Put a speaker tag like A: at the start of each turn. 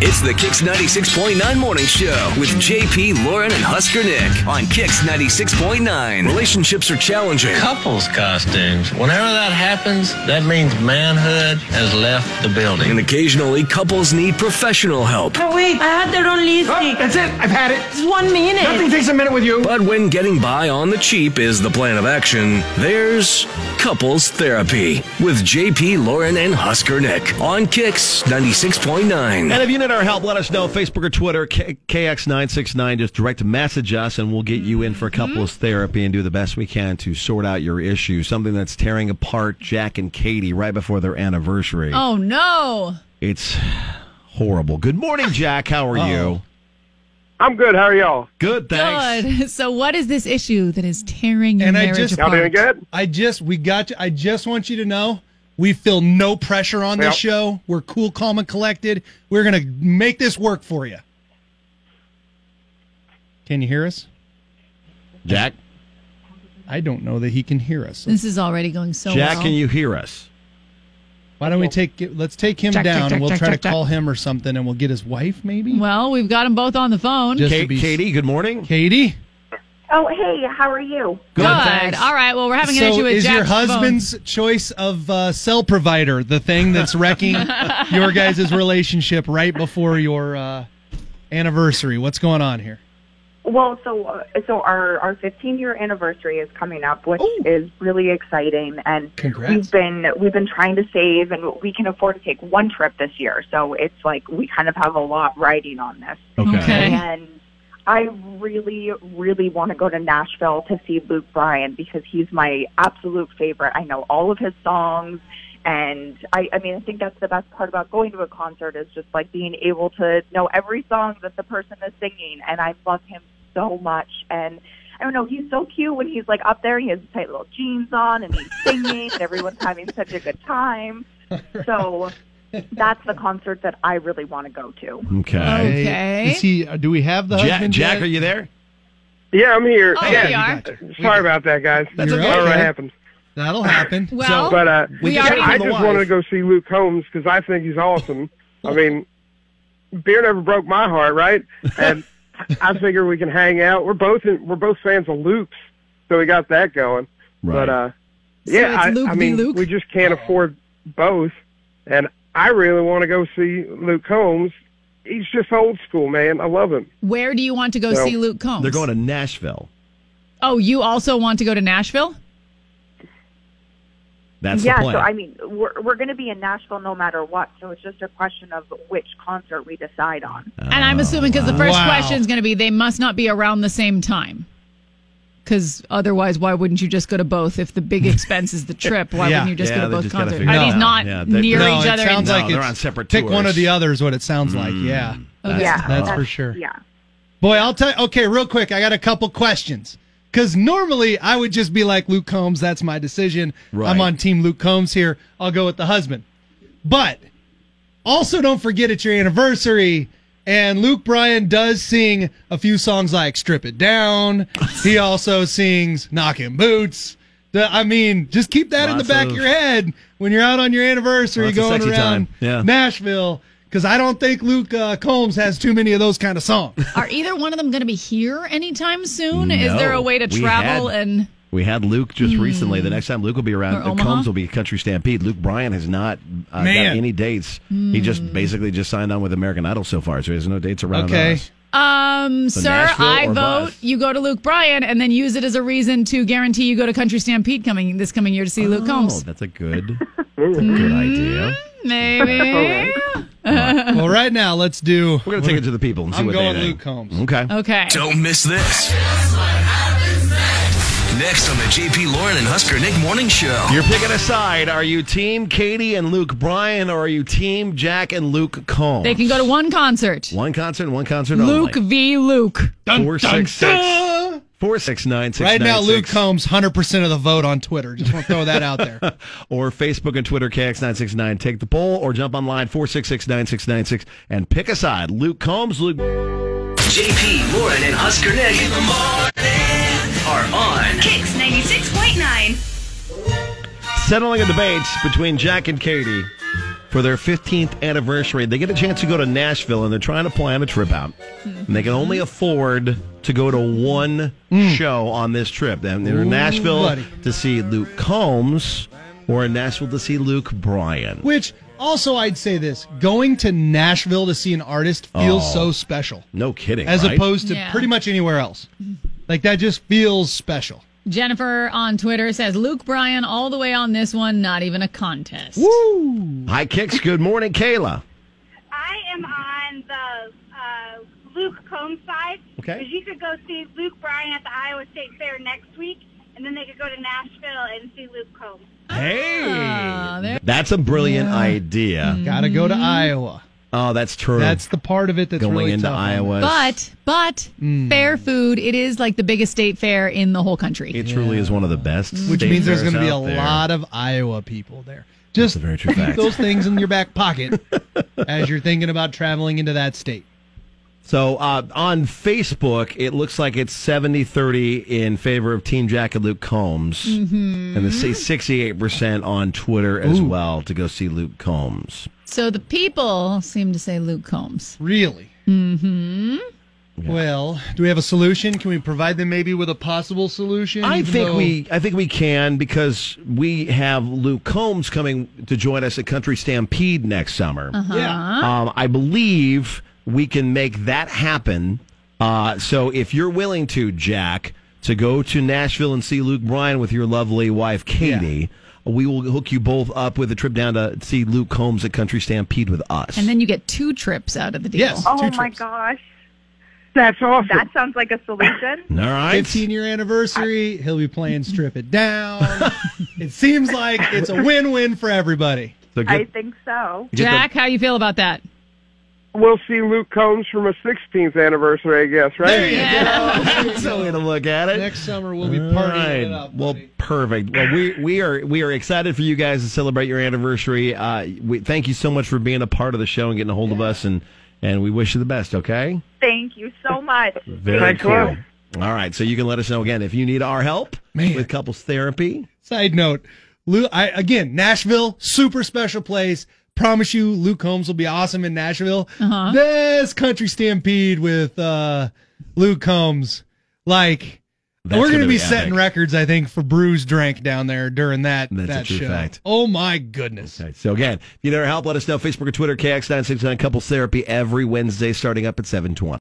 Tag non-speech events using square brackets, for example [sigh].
A: It's the Kix 96.9 Morning Show with JP, Lauren, and Husker Nick on Kix 96.9. Relationships are challenging.
B: couples costumes. Whenever that happens, that means manhood has left the building.
A: And occasionally, couples need professional help.
C: Oh, wait, I had that on
D: Oh,
C: lipstick.
D: that's it. I've had it.
C: It's one minute.
D: Nothing takes a minute with you.
A: But when getting by on the cheap is the plan of action, there's couples therapy with JP, Lauren, and Husker Nick on Kix 96.9.
E: And if you need our help, let us know. Facebook or Twitter, K- KX969. Just direct message us, and we'll get you in for couples therapy and do the best we can to sort out your issue. Something that's tearing apart Jack and Katie right before their anniversary.
F: Oh no.
E: It's horrible. Good morning, Jack. How are you?
G: Oh. I'm good. How are y'all?
E: Good, thanks.
F: Good. [laughs] So what is this issue that is tearing your
H: And I
F: marriage
H: just-
G: Y'all doing
F: apart?
G: good?
H: I just we got you. I just want you to know we feel no pressure on this
G: Yep.
H: show. We're cool, calm, and collected. We're gonna make this work for you. Can you hear us?
E: Jack?
H: I don't know that he can hear us.
F: This is already going so
E: Jack,
F: well.
E: can you hear us?
H: Why don't we take? Let's take him
F: Jack, Jack,
H: down,
F: Jack,
H: and we'll
F: Jack,
H: try
F: Jack,
H: to
F: Jack.
H: call him or something, and we'll get his wife maybe.
F: Well, we've got them both on the phone.
H: Just to
E: Kate,
H: be-
E: Katie, good morning.
H: Katie.
I: Oh, hey, how are you?
F: Good.
E: thanks.
F: All right. Well, we're having an
H: so
F: issue with
H: is
F: Jack's
H: your
F: phone.
H: husband's choice of uh, cell provider the thing
F: [laughs]
H: that's wrecking your guys' relationship right before your uh, anniversary what's going on here
I: Well, so uh, so our our 15 year anniversary is coming up, which
H: Ooh.
I: is really exciting, and
H: Congrats.
I: we've been we've been trying to save, and we can afford to take one trip this year. So it's like we kind of have a lot riding on this,
F: Okay.
I: and I really really want to go to Nashville to see Luke Bryan because he's my absolute favorite. I know all of his songs. And I, I mean, I think that's the best part about going to a concert is just like being able to know every song that the person is singing. And I love him so much. And I don't know, he's so cute when he's like up there. He has his tight little jeans on and he's singing and everyone's having such a good time. So that's the concert that I really want to go to.
E: Okay.
F: Okay.
H: is he uh, do we have the
E: Uh, Jack,
H: husband
E: Jack,
H: yet?
E: are you there?
G: Yeah, I'm here.
F: Oh,
G: yeah.
F: we are.
G: Sorry about that, guys.
H: That's
G: I
H: You're
G: don't know what
H: okay.
G: happened.
H: that'll happen
F: Well,
G: But uh,
F: We
G: yeah,
F: already-
G: I just wanted to go see Luke Holmes because I think he's awesome. I mean, beer never broke my heart, right? And I figure we can hang out. We're both in, we're both fans of Luke's, so we got that going.
E: Right.
G: But uh, yeah,
F: it's
G: I,
F: Luke
G: I
F: v.
G: mean,
F: Luke?
G: we just can't afford both. And I really want to go see Luke Holmes. He's just old school, man. I love him.
F: where do you want to go
G: Well,
F: see Luke Combs?
E: They're going to Nashville.
F: Oh, you also want to go to Nashville?
E: That's
I: yeah,
E: the plan.
I: so I mean, we're we're going to be in Nashville no matter what. So it's just a question of which concert we decide on.
F: and
E: Oh,
F: I'm assuming because the first
H: Wow.
F: question is going to be they must not be around the same time. Because otherwise, why wouldn't you just go to both? If
E: [laughs]
F: the big expense is the trip, why
H: Yeah.
F: wouldn't you just
E: Yeah,
F: go to
E: they
F: both
E: just gotta
F: concerts?
E: figure
F: Are
H: it
F: these
H: out.
F: not
E: Yeah, they-
F: near
H: no,
F: each
H: it
F: other?
H: sounds
E: No,
H: like
E: they're
H: it's
E: on separate
H: pick one or
E: tours. Hmm.
H: the other is what it sounds like yeah
F: Okay.
I: yeah,
H: that's for sure
I: yeah.
H: Boy, I'll tell Okay, real quick, I got a couple questions. Because normally I would just be like, Luke Combs, that's my decision.
E: Right.
H: I'm on Team Luke Combs here. I'll go with the husband. But also don't forget it's your anniversary. And Luke Bryan does sing a few songs like Strip It Down.
E: [laughs]
H: he also sings Knockin' Boots. The- I mean, just keep that in
E: Lots
H: the back
E: of-
H: of your head when you're out on your anniversary
E: Lots of
H: going
E: sexy
H: around
E: time. Yeah.
H: Nashville. Because I don't think Luke uh, Combs has too many of those kind of songs.
F: Are either one of them going to be here anytime soon? Is
E: No.
F: there a way to
E: We
F: travel
E: had-
F: and
E: We had Luke just recently. The next time Luke will be around,
F: Hmm. Or
E: uh,
F: Omaha?
E: Combs will be Country Stampede. Luke Bryan has not uh, got
H: Man.
E: any dates. He just
F: Hmm.
E: basically just signed on with American Idol so far, so he has no dates around
H: Okay.
E: us.
F: um,
E: So
F: sir,
E: Nashville
F: I
E: or
F: vote
E: Bus?
F: you go to Luke Bryan and then use it as a reason to guarantee you go to Country Stampede coming this coming year to see Luke
E: Oh,
F: Combs.
E: that's a good, that's a good idea.
F: Hmm.
E: [laughs]
F: Maybe.
H: well, right now, let's do.
E: We're gonna take it to the Mm-hmm. people and see
H: I'm
E: what
H: going
E: they think.
H: Luke Combs.
E: Okay.
F: okay.
A: Don't miss this. Next on the JP, Lauren, and Husker Nick Morning Show.
E: You're picking a side. Are you Team Katie and Luke Bryan, or are you Team Jack and Luke Combs?
F: They can go to one concert.
E: One concert, one concert
F: Luke
E: only.
F: v. Luke.
E: Four six six four six nine six.
H: Right now,
E: nine,
H: Luke
E: six.
H: Combs, 100% of the vote on Twitter. Just want to throw that
E: [laughs]
H: out there.
E: or Facebook and Twitter, KX969. Take the poll or jump online, 466 9696, and pick a side. Luke Combs, Luke.
A: JP, Lauren, and Husker Nick in the morning are on
J: Kicks 96.9.
E: Settling a debate between Jack and Katie for their 15th anniversary. They get a chance to go to Nashville and they're trying to plan a trip out. And they can only
H: Mm-hmm.
E: afford to go to one show on this trip. And they're in Nashville
H: Mm. buddy.
E: to see Luke Combs or in Nashville to see Luke Bryan.
H: Which also, I'd say this: going to Nashville to see an artist feels so special,
E: No kidding.
H: as
E: Oh. right?
H: opposed to
F: Yeah.
H: pretty much anywhere else. Like that just feels special.
F: Jennifer on Twitter says Luke Bryan all the way on this one, not even a contest.
E: Hi, Kicks. Good morning, Kayla.
C: I am on the uh, Luke Combs side.
E: Okay.
C: Because you could go see Luke Bryan at the Iowa State Fair next week, and then they could go to Nashville and see Luke Combs.
F: Ah, there-
E: That's a brilliant idea.
H: Got to go to Iowa.
E: Oh, that's true.
H: That's the part of it that's
E: going
H: really
E: into
H: tough.
E: Iowa.
F: But but
E: Hmm.
F: fair food, it is like the biggest state fair in the whole country.
E: It truly is one of the best.
H: which
E: state
H: means there's
E: fairs
H: going to be a
E: out there.
H: lot of Iowa people there. Just
E: a very true
H: keep
E: fact.
H: [laughs] those things in your back pocket
E: [laughs]
H: as you're thinking about traveling into that state.
E: So uh, on Facebook, it looks like it's 70 30 in favor of Team Jack and Luke Combs. Mm-hmm. And the say 68% on Twitter as well to go see Luke Combs.
F: So the people seem to say Luke Combs.
H: Really? Mm-hmm. Well, do we have a solution? Can we provide them maybe with a possible solution?
E: I
H: even
E: think
H: though-
E: we I think we can because we have Luke Combs coming to join us at Country Stampede next summer.
H: Yeah.
E: Um, I believe we can make that happen. Uh, so if you're willing to, Jack, to go to Nashville and see Luke Bryan with your lovely wife, Katie, we will hook you both up with a trip down to see Luke Combs at Country Stampede with us.
F: And then you get two trips out of the deal.
H: Yes.
I: Oh
H: two
I: my
H: trips.
I: gosh,
G: That's awesome.
I: that sounds like a
H: [laughs]
I: solution.
E: All right.
H: 15 year anniversary. He'll be playing Strip It [laughs] Down. it seems like it's a win win for everybody.
E: So get-
I: I think so.
E: get the-
F: Jack, how you feel about that?
G: We'll see Luke Combs from a 16th anniversary, I guess, right?
H: There you go. [laughs]
E: That's a [laughs] way to look at it.
H: Next summer, we'll be
E: All
H: partying
E: right.
H: it up.
E: Well,
H: buddy.
E: perfect. Well, we we are we are excited for you guys to celebrate your anniversary. Uh, we thank you so much for being a part of the show and getting a hold of us, and and we wish you the best. Okay.
I: Thank you so much.
E: Very
G: Thanks a lot.
E: All right, so you can let us know again if you need our help
H: Man.
E: with couples therapy.
H: Side note, Lou, I, again, Nashville, super special place. Promise you, Luke Combs will be awesome in Nashville. This country stampede with uh, Luke Combs, like
E: That's
H: we're going
E: gonna
H: to be,
E: be
H: setting
E: epic.
H: records, I think, for Brews Drink down there during that
E: That's a
H: that
E: true
H: show.
E: fact.
H: Oh my goodness!
E: All right, so again, if you need our help, let us know. Facebook or Twitter, KX969 Couples Therapy every Wednesday starting up at 720.